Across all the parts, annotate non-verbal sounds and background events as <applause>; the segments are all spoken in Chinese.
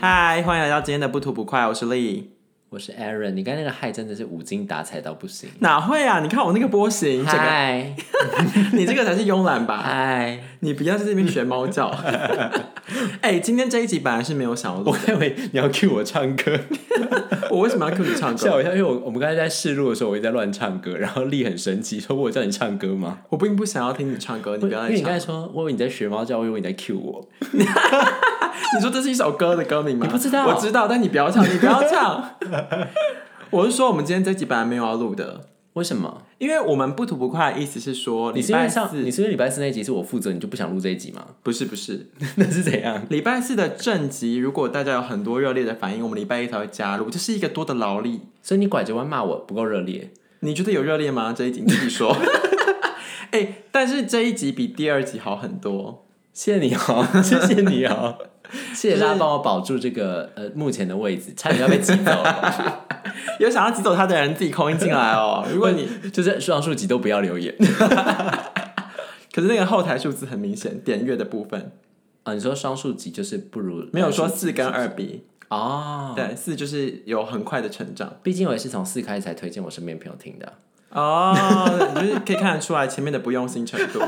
嗨，欢迎来到今天的不吐不快，我是丽。我是 Aaron，你刚才那个嗨真的是无精打采到不行。哪会啊？你看我那个波形，这个嗨你这个 <laughs> 才是慵懒吧？嗨，你不要在这边学猫叫。哎、今天这一集本来是没有想要录 <laughs> 我，以为你要 cue 我唱歌， <laughs> 我为什么要 cue 你唱吓歌？我一跳，因为我我们刚才在试录的时候，我一直在乱唱歌，然后丽很生气，说我有叫你唱歌吗？我并不想要听你唱歌，你因不要为再你刚唱。才说，我以为你在学猫叫，我以为你在 cue 我，你说这是一首歌的歌名吗？你不知道我知道，但你不 <laughs> 要唱，你不要唱。我是说，我们今天这集本来没有要录的，为什么？因为我们不吐不快，意思是说你礼是因拜为上，四你是因为礼拜四那一集是我负责，你就不想录这一集吗？不是不是 <laughs> 那是怎样？礼拜四的正集，如果大家有很多热烈的反应，我们礼拜一才会加入，这是一个多的劳力。所以你拐着弯骂我不够热烈，你觉得有热烈吗？这一集你自己说。哎、但是这一集比第二集好很多。谢谢你哦， <laughs> 谢谢你哦， <laughs> 谢谢大家帮我保住这个呃目前的位置，差点要被挤走了。 <laughs> 有想要挤走他的人，自己空音进来哦。如果你，就是双数集都不要留言可是那个后台数字很明显，点阅的部分啊！你说双数集就是不如没有说四跟二比，哦，对，四就是有很快的成长。毕竟我也是从四开始才推荐我身边朋友听的， <laughs> 哦，就是可以看得出来前面的不用心程度。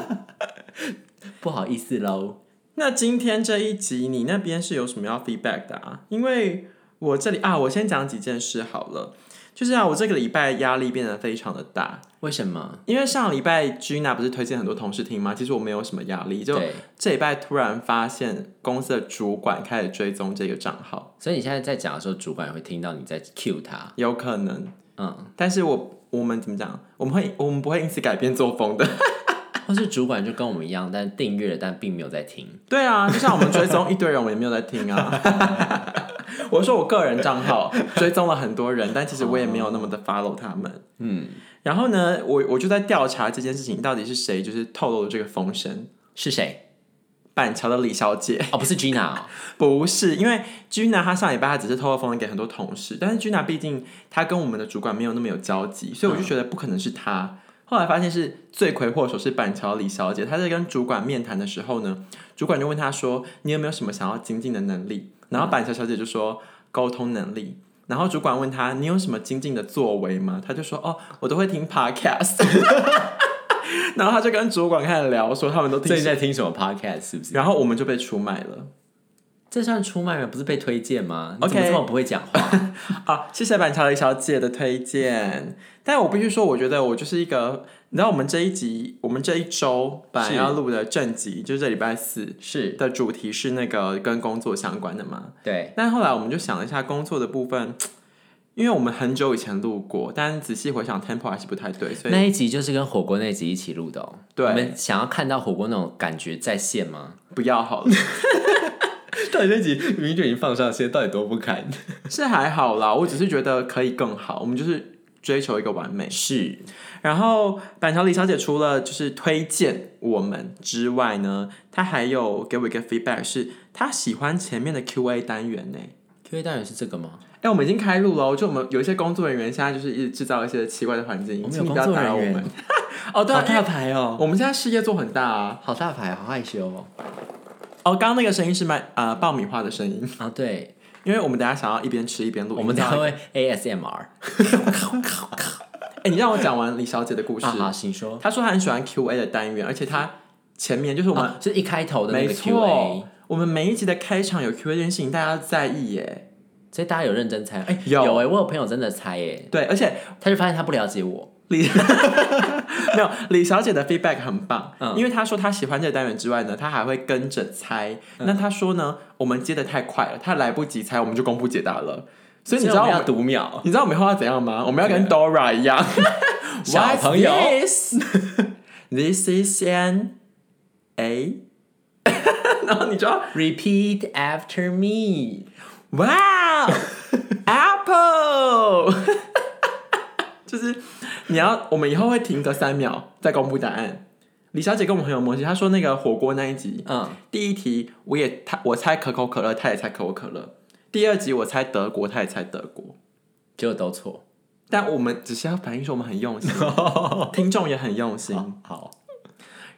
不好意思喽。那今天这一集，你那边是有什么要 feedback 的啊？因为我这里啊，我先讲几件事好了。就是啊，我这个礼拜压力变得非常的大，为什么？因为上礼拜 Gina 不是推荐很多同事听吗？其实我没有什么压力，就对，这礼拜突然发现公司的主管开始追踪这个账号，所以你现在在讲的时候，主管也会听到你在 cue 他，有可能。嗯，但是我我们怎么讲？我们会我们不会因此改变作风的。或是主管就跟我们一样，但订阅了，但并没有在听。对啊，就像我们追踪一堆人，我们也没有在听啊。 <laughs> 我说我个人账号追踪了很多人，但其实我也没有那么的 follow 他们。嗯，然后呢，我我就在调查这件事情到底是谁就是透露了这个风声。是谁？板桥的李小姐哦，不是 Gina 哦。不是，因为 Gina 她上礼拜她只是透露风声给很多同事，但是 Gina 毕竟她跟我们的主管没有那么有交集，所以我就觉得不可能是她。后来发现是罪魁祸首是板桥李小姐，她在跟主管面谈的时候呢，主管就问她说：“你有没有什么想要精进的能力？”然后板桥小姐就说：“沟通能力。”然后主管问她：“你有什么精进的作为吗？”她就说：“哦，我都会听 podcast。” <laughs> 然后她就跟主管开始聊说他们都听最近什么，在听什么 podcast？是不是？然后我们就被出卖了。这算出卖吗？不是被推荐吗？你怎么 OK 这么不会讲话？啊，谢谢板桥雷小姐的推荐。但我必须说，我觉得我就是一个，你知道，我们这一集，我们这一周本来是要录的正集，就是这礼拜四是的主题是那个跟工作相关的嘛。对，但后来我们就想了一下工作的部分，因为我们很久以前录过，但仔细回想 tempo 还是不太对，所以那一集就是跟火锅那集一起录的哦。对你们想要看到火锅那种感觉在线吗？不要好了。 <laughs> 到底那集明明就已经放上线，到底多不堪？ <laughs> 是还好啦，我只是觉得可以更好，我们就是追求一个完美。是然后板桥李小姐除了就是推荐我们之外呢，她还有给我一个 feedback，是她喜欢前面的 Q&A 单元呢。 Q A 单元是这个吗？哎，我们已经开录了哦，就我们有一些工作人员现在就是一直制造一些奇怪的环境我，们请有你工不要作打扰我人员们。， <laughs> 哦，对好啊，因大为牌哦，我们现在事业做很大啊。好大牌，好害羞哦。哦，刚刚那个声音是卖呃爆米花的声音，啊，对，因为我们等一下想要一边吃一边录。我们一定才要会 A S M R。哎，你让我讲完李小姐的故事啊，。好，请说。她说她很喜欢 Q&A 的单元，而且她前面就是我们啊，就是一开头的那没个 Q A，错，我们每一集的开场有 Q&A 这件事情，大家要在意耶。所以大家有认真猜？哎，有有哎，我有朋友真的猜哎，对，而且他就发现他不了解我。李没有李小姐的 feedback 很棒，嗯因为她说她喜欢这个单元之外呢，她还会跟着猜。嗯那她说呢，我们接的太快了，她来不及猜，我们就公布解答了。所以你知道我我们要们，读秒，你知道我们以后要怎样吗？我们要跟 Dora 一样，小朋友 What's <laughs> this? This is an A，然后你就要，repeat after me。哇，Apple，就是你要，我们以后会停个三秒再公布答案。李小姐跟我们很有默契，她说那个火锅那一集，嗯，第一题我也她我猜可口可乐，她也猜可口可乐；第二集我猜德国，她也猜德国。结果都错。但我们只是要反映说我们很用心，听众也很用心。好嗯好，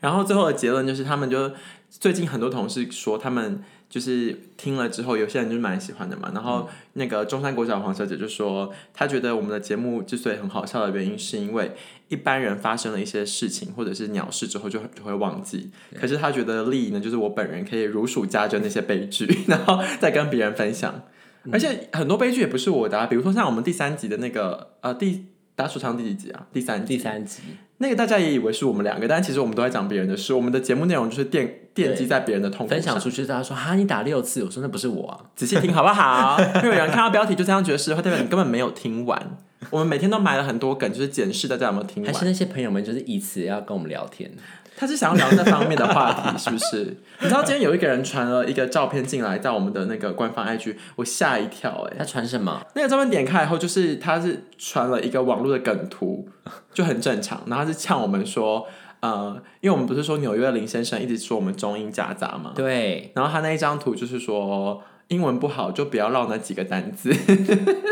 然后最后的结论就是，他们就最近很多同事说，他们就是听了之后，有些人就蛮喜欢的嘛。然后那个中山国小黄小姐就说，她觉得我们的节目之所以很好笑的原因，是因为一般人发生了一些事情或者是鸟事之后就很就会忘记，可是她觉得丽颖呢，就是我本人可以如数家珍那些悲剧， <laughs> 然后再跟别人分享。而且很多悲剧也不是我的、啊，比如说像我们第三集的那个呃第打手枪第几集啊？第三集第三集那个大家也以为是我们两个，但其实我们都在讲别人的事。我们的节目内容就是奠奠基在别人的痛苦分享上。出去，大家说哈你打六次，我说那不是我啊，仔细听好不好？因为有人看到标题就这样觉得是的话，代表你根本没有听完。我们每天都埋了很多梗，就是检视大家有没有听还完是。那些朋友们就是以此要跟我们聊天，他是想要聊那方面的话题，是不是？你知道今天有一个人传了一个照片进来到我们的那个官方 IG，我吓一跳哎、他传什么？那个照片点开以后，就是他是传了一个网络的梗图，就很正常。然后他是呛我们说，呃，因为我们不是说纽约林先生一直说我们中英夹杂嗯嘛，对，然后他那一张图就是说英文不好就不要绕那几个单字， <laughs>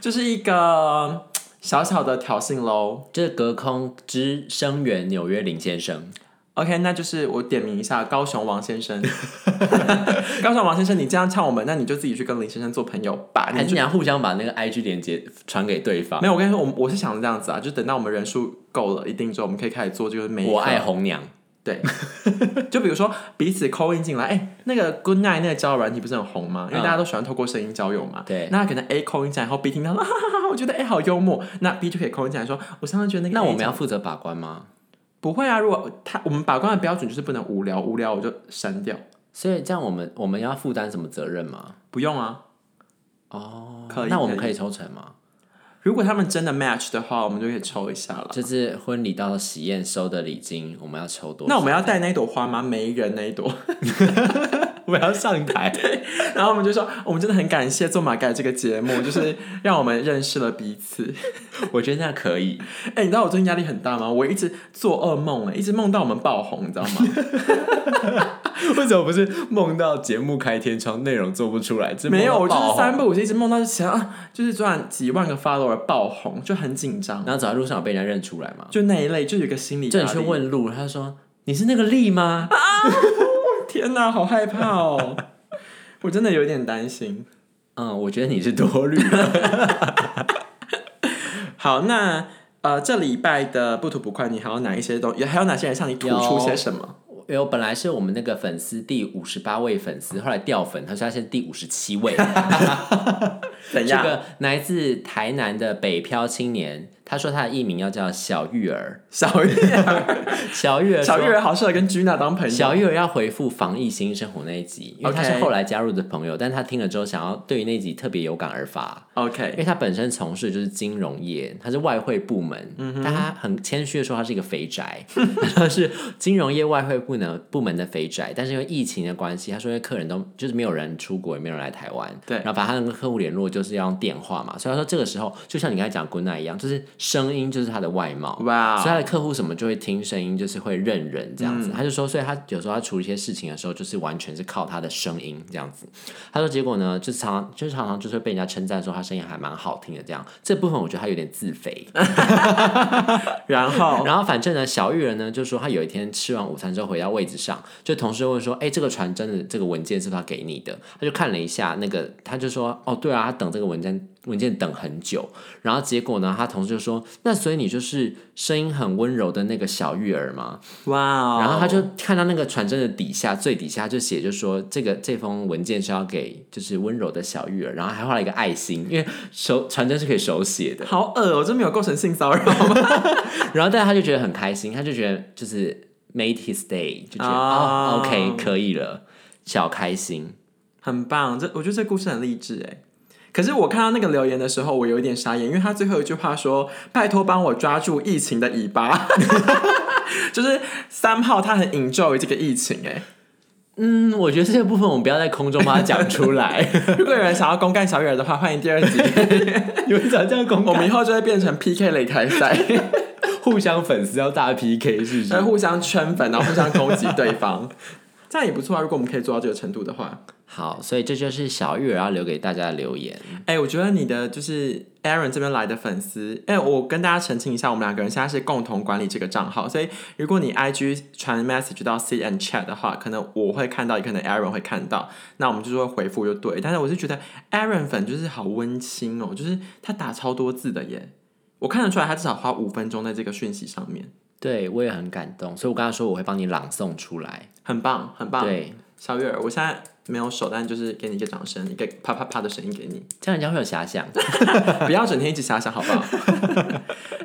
就是一个小小的挑衅喽。这隔空之声援纽约林先生， OK，那就是我点名一下高雄王先生， <laughs> 高雄王先生，你这样呛我们，那你就自己去跟林先生做朋友吧，你还是啊你要互相把那个 IG 连接传给对方没？有，我跟你说，我们我是想这样子啊，就等到我们人数够了一定之后，我们可以开始做这个每一我个爱啊红娘，对，就比如说彼此 call in 进来，哎、那个 Good Night 那个交友软体不是很红吗？因为嗯大家都喜欢透过声音交友嘛。对那可能 A call in 进来，然后 B 听到， <laughs> 哈哈哈哈，我觉得 A 好幽默，那 B 就可以 call in 进来说，我上次觉得那个 A 那我们讲要负责把关吗？不会啊，如果他我们把关的标准就是不能无聊，无聊我就删掉，所以这样我们我们要负担什么责任吗？不用啊。哦可以那我们可以可以抽成吗？如果他们真的 match 的话，我们就可以抽一下了。就是婚礼到喜宴收的礼金，我们要抽多少？那我们 <laughs> 要带那一朵花吗？没人那一朵。我们要上台，然后我们就说，我们真的很感谢《做马盖》这个节 <laughs> 目，就是让我们认识了彼此。 <laughs> 我觉得那可以。哎、你知道我最近压力很大吗？我一直做噩梦，哎，一直梦到我们爆红，你知道吗？为什么不是梦到节目开天窗，内容做不出来？这没有，我梦就到爆是红三。不五时一直梦到想啊，就是赚几万个 follower 爆红，就很紧张，然后走在路上有被人家认出来吗？就那一类，就有一个心理就压你去力。问路，他就说你是那个丽吗？天哪，好害怕哦！ <laughs> 我真的有点担心。嗯，我觉得你是多虑。 <laughs> 好，那呃，这礼拜的不吐不快，你还有哪一些东也还有哪些人向你吐出些什么？因为我本来是我们那个粉丝第五十八位粉丝，后来掉粉，他说他现在第五十七 <laughs> 位。怎这样？个来自台南的北漂青年，他说他的艺名要叫小玉 <laughs> 儿。小月儿，小玉儿说，小月儿好适合跟 Gina 当朋友。小玉儿要回复防疫新生活那一集，因为他 OK 是后来加入的朋友，但他听了之后想要对于那集特别有感而发，因 OK，为他本身从事的就是金融业，他是外汇部门，但他很谦虚的说他是一个肥宅， <laughs> 他是金融业外汇部门部门的肥宅，但是因为疫情的关系，他说因为客人都就是没有人出国，也没有人来台湾，对然后把他跟客户联络就是要用电话嘛，所以他说这个时候就像你刚才讲 Good night 一样，就是声音就是他的外貌，哇、哦所以他的客户什么就会听声音，就是会认人这样子。他就说，所以他有时候他处理一些事情的时候，就是完全是靠他的声音这样子。他说，结果呢，就常常就是常常就是会被人家称赞说他声音还蛮好听的这样。这部分我觉得他有点自肥。然后然后反正呢，小玉人呢就说他有一天吃完午餐之后回到位置上，就同事问说：“哎、这个传真的这个文件是不是他给你的？”他就看了一下那个，他就说：“哦，对啊，他等这个文件文件等很久。”然后结果呢，他同事就说：“那所以你就是声音很温柔的那个小玉儿吗？”哇哦，然后他就看到那个传真的底下最底下就写，就说这个这封文件是要给就是温柔的小玉儿，然后还画了一个爱心，因为手传真是可以手写的。好恶哦，这没有构成性骚扰吗？然后，但他就觉得很开心，他就觉得就是 made his day，就觉得啊哦，OK，可以了，小开心。很棒，这我觉得这故事很励志哎。可是我看到那个留言的时候，我有一点傻眼，因为他最后一句话说：“拜托帮我抓住疫情的尾巴。” <laughs> 就是三号他很 enjoy 这个疫情哎。嗯，我觉得这个部分我们不要在空中把它讲出来，如果有人想要公干小雨儿的话，欢迎第二集，你们讲这样公我们们以后就会变成 PK 擂台赛， <laughs> 互相粉丝要大 PK 是不来是？互相圈粉，然后互相攻击对方。这样也不错啊。如果我们可以做到这个程度的话，好，所以这就是小玉儿要留给大家的留言。哎、我觉得你的就是 Aaron 这边来的粉丝，哎、我跟大家澄清一下，我们两个人现在是共同管理这个账号，所以如果你 IG 传 message 到 C and Chat 的话，可能我会看到，也可能 Aaron 会看到，那我们就是会回复就对。但是我是觉得 Aaron 粉就是好温馨哦，就是他打超多字的耶，我看得出来他至少花五分钟在这个讯息上面，对我也很感动，所以我跟他说我会帮你朗诵出来。很棒，很棒。对，小月儿，我现在没有手，但就是给你一个掌声，一个啪啪啪的声音给你。这样人家会有遐想。 <laughs> 不要整天一直遐想，好不 <laughs> 好？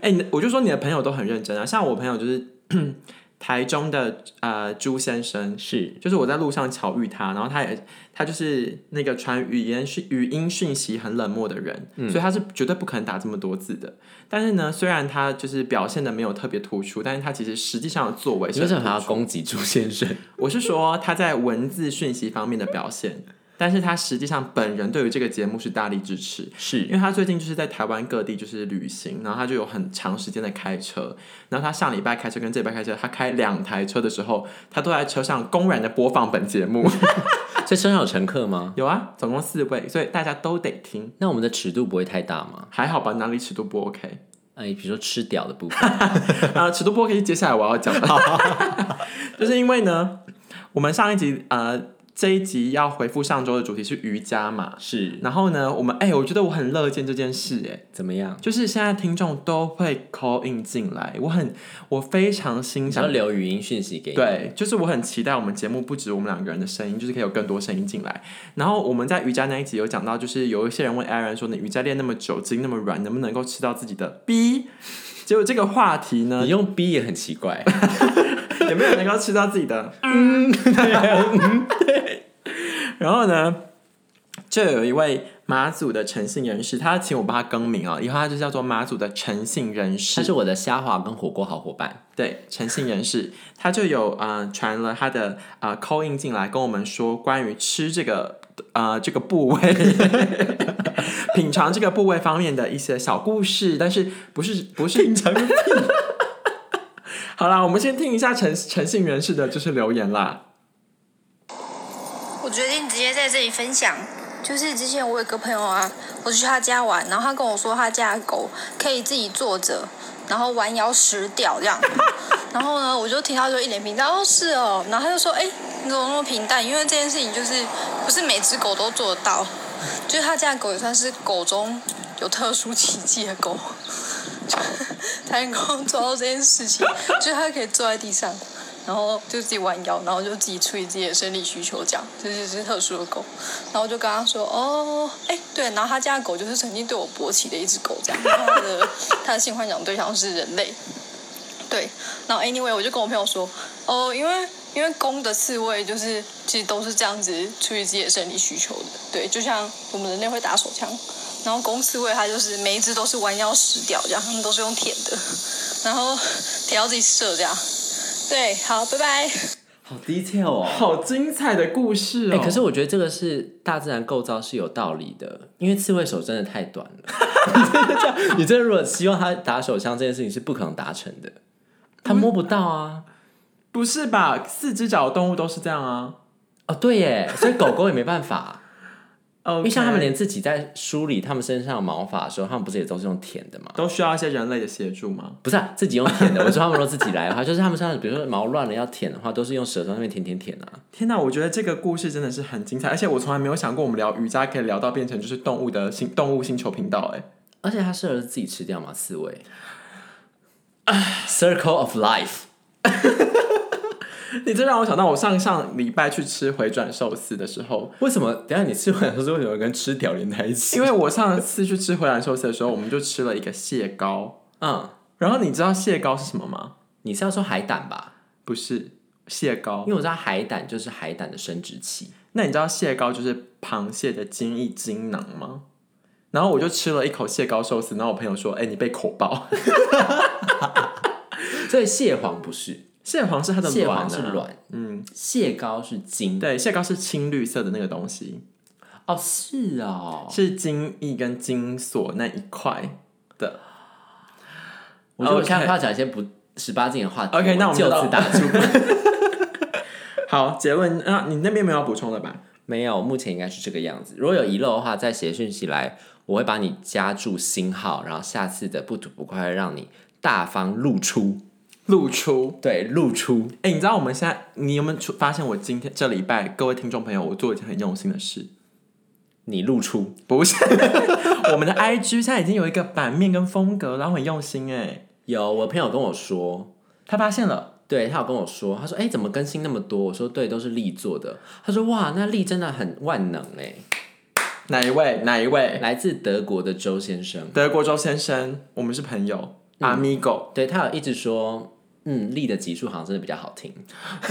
哎、你的我就说你的朋友都很认真啊，像我朋友就是 <clears throat> 台中的呃朱先生，是，就是我在路上巧遇他，然后他也他就是那个传语言讯语音讯息很冷漠的人，嗯所以他是绝对不可能打这么多字的。但是呢，虽然他就是表现的没有特别突出，但是他其实实际上的作为你是为很什么还要突出。攻击朱先生？我是说他在文字讯息方面的表现，但是他实际上本人对于这个节目是大力支持。 <laughs> 是因为他最近就是在台湾各地就是旅行，然后他就有很长时间的开车，然后他上礼拜开车跟这礼拜开车，他开两台车的时候，他都在车上公然的播放本节目， <laughs> 所以身上有乘客吗？有啊，总共四位，所以大家都得听，那我们的尺度不会太大吗？还好吧，哪里尺度不 OK 哎，比如说吃屌的部 <laughs> 分，啊、尺度不 OK 是接下来我要讲的， <laughs> 就是因为呢，我们上一集呃这一集要回复上周的主题是瑜伽嘛，是然后呢，我们哎、我觉得我很乐见这件事哎、怎么样？就是现在听众都会 call in 进来，我很我非常欣你想要赏。留语音讯息给你？对，就是我很期待我们节目不止我们两个人的声音，就是可以有更多声音进来。然后我们在瑜伽那一集有讲到，就是有一些人问 Aaron 说：“你瑜伽练那么久，筋那么软，能不能够吃到自己的 B？” <laughs> 结果这个话题呢 <laughs> 你，用 B 也很奇 <laughs> 怪。有没有人能够吃到自己的？嗯，对。然后呢，就有一位马祖的诚信人士，他请我帮他更名啊、以后他就叫做马祖的诚信人士他。是我的虾滑跟火锅好伙伴，对，诚信人士，他就有呃传了他的呃 call in 进来，跟我们说关于吃这个呃这个部位， <laughs> 品尝这个部位方面的一些小故事，但是不是不是品尝 <laughs> 好啦，我们先听一下诚诚信人士的就是留言啦。我决定直接在这里分享，就是之前我有个朋友啊，我去他家玩，然后他跟我说他家的狗可以自己坐着，然后弯腰食掉这样。然后呢，我就听他就一脸平淡，哦是哦，然后他就说，哎，你怎么那么平淡？因为这件事情就是不是每只狗都做得到，就是他家的狗也算是狗中有特殊奇迹的狗，就 <laughs> 才能够做到这件事情， <laughs> 就是它可以坐在地上。然后就自己弯腰，然后就自己处理自己的生理需求，这样，这就是特殊的狗。然后我就跟他说，哦，哎，对，然后他家的狗就是曾经对我勃起的一只狗，这样，然后他的他的性幻想对象是人类，对。然后 anyway，我就跟我朋友说，哦，因为因为公的刺猬就是其实都是这样子处理自己的生理需求的，对，就像我们人类会打手枪，然后公刺猬它就是每一只都是弯腰食掉，这样，它们都是用舔的，然后舔到自己射这样。对，好，拜拜。好 detail 哦好精彩的故事哦！哎、可是我觉得这个是大自然构造是有道理的，因为刺猬手真的太短 <laughs> 了。你真的这样，你真的如果希望它打手枪这件事情是不可能达成的，它摸不到啊。不是吧？四只脚的动物都是这样啊。哦，对耶，所以狗狗也没办法，啊哦，因为像它们连自己在梳理它们身上的毛发的时候，它们不是也都是用舔的嘛？都需要一些人类的协助吗？不是、啊、自己用舔的，我说它们都自己来的话，就是 <laughs> 它们身上比如说毛乱了要舔的话，都是用舌头那边舔舔舔啊。天哪，我觉得这个故事真的是很精彩，而且我从来没有想过我们聊瑜伽可以聊到变成就是动物的星动物星球频道，哎，而且它适合自己吃掉嘛，刺猬。Circle of Life，你这让我想到我上上礼拜去吃回转寿司的时候，为什么？等一下你吃完的时候为什么跟吃屌连在一起？因为我上次去吃回转寿司的时候，我们就吃了一个蟹膏，嗯，然后你知道蟹膏是什么吗？你是要说海胆吧？不是蟹膏因，为我知道海胆就是海胆的生殖器，那你知道蟹膏就是螃蟹的精益精囊吗？然后我就吃了一口蟹膏寿司，然后我朋友说：“哎、你被口爆。所以蟹黄不是，”蟹黄是它的蟹卵、啊，黄是，卵，嗯，蟹膏是精。对，蟹膏是青绿色的那个东西。哦，是哦，是精益跟精索那一块的。我觉得我 OK 现在要讲一些不十八禁的话题哦 OK，那我们 <laughs> 就就到此打住。好，结论啊，你那边没有要补充的吧？ <laughs> 没有，目前应该是这个样子。如果有遗漏的话，再写讯息来，我会把你加注星号，然后下次的不吐不快会让你大方露出，露出。对，露出。哎、你知道我们现在，你有没有出发现我今天这礼拜各位听众朋友，我做一件很用心的事？你露出，不是， <laughs> 我们的 IG 现在已经有一个版面跟风格，然后很用心哎，有我朋友跟我说，他发现了，对他有跟我说，他说：“哎、怎么更新那么多？”我说：“对，都是力做的。”他说：“哇，那力真的很万能哎、哪一位？哪一位？来自德国的周先生，德国周先生，我们是朋友、a m i g o 对他有一直说，嗯，力的集数好像真的比较好听。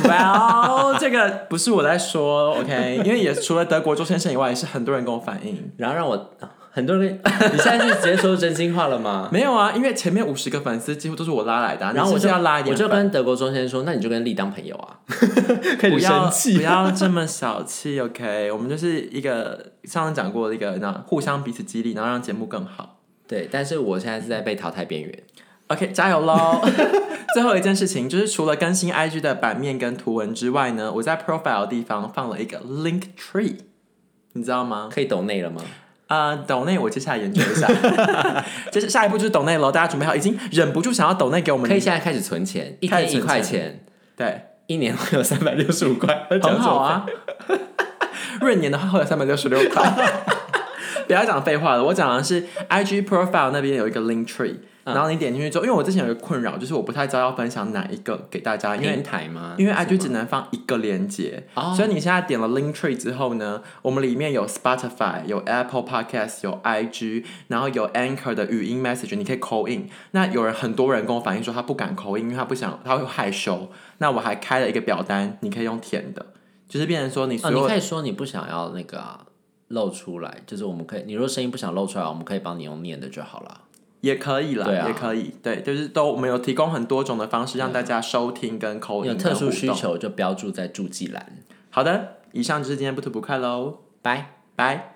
哇哦，这个不是我在说，OK，因为也除了德国周先生以外，也是很多人跟我反映。然后让我啊很多人，你现在是直接说真心话了吗？ <laughs> 没有啊，因为前面五十个粉丝几乎都是我拉来的啊、然后你我是不就是要拉一点我就粉跟德国周先生说，那你就跟力当朋友 <laughs> 啊，开不始要生气不。要这么小气，OK？我们就是一个上次讲过的一个，那互相彼此激励，然后让节目更好。对，但是我现在是在被淘汰 <laughs> 边缘。 OK，加油喽！ <laughs> 最后一件事情就是，除了更新 IG 的版面跟图文之外呢，我在 profile 的地方放了一个 link tree，你知道吗？可以抖内了吗？啊，抖内我接下来研究 <laughs> 一下，就是下一步就是抖内喽，大家准备好，已经忍不住想要抖内给我们可以现在开始存钱，一开始天一存块钱钱，对，一年会有三百六十五块，很好啊。 <laughs> 闰年的话会有三百六十六 <laughs> 块。不要讲废话了，我讲的是 IG profile 那边有一个 link tree，、然后你点进去之后，因为我之前有一个困扰，就是我不太知道要分享哪一个给大家，因为平台吗？因为 IG 只能放一个链接，哦所以你现在点了 Link Tree 之后呢，我们里面有 Spotify、有 Apple Podcast、有 IG，然后有 Anchor 的语音 message，你可以 call in。那有人很多人跟我反映说他不敢 call in，因为他不想，他会害羞。那我还开了一个表单，你可以用填的，就是变成说你哦，所你有、可以说你不想要那个啊、露出来，就是我们可以，你如果声音不想露出来，我们可以帮你用念的就好了。也可以啦，对啊也可以，对，就是都我们有提供很多种的方式让大家收听跟 call 你 in，有特殊需跟互动。求就标注在注记栏。好的，以上就是今天不吐不快喽，拜。拜。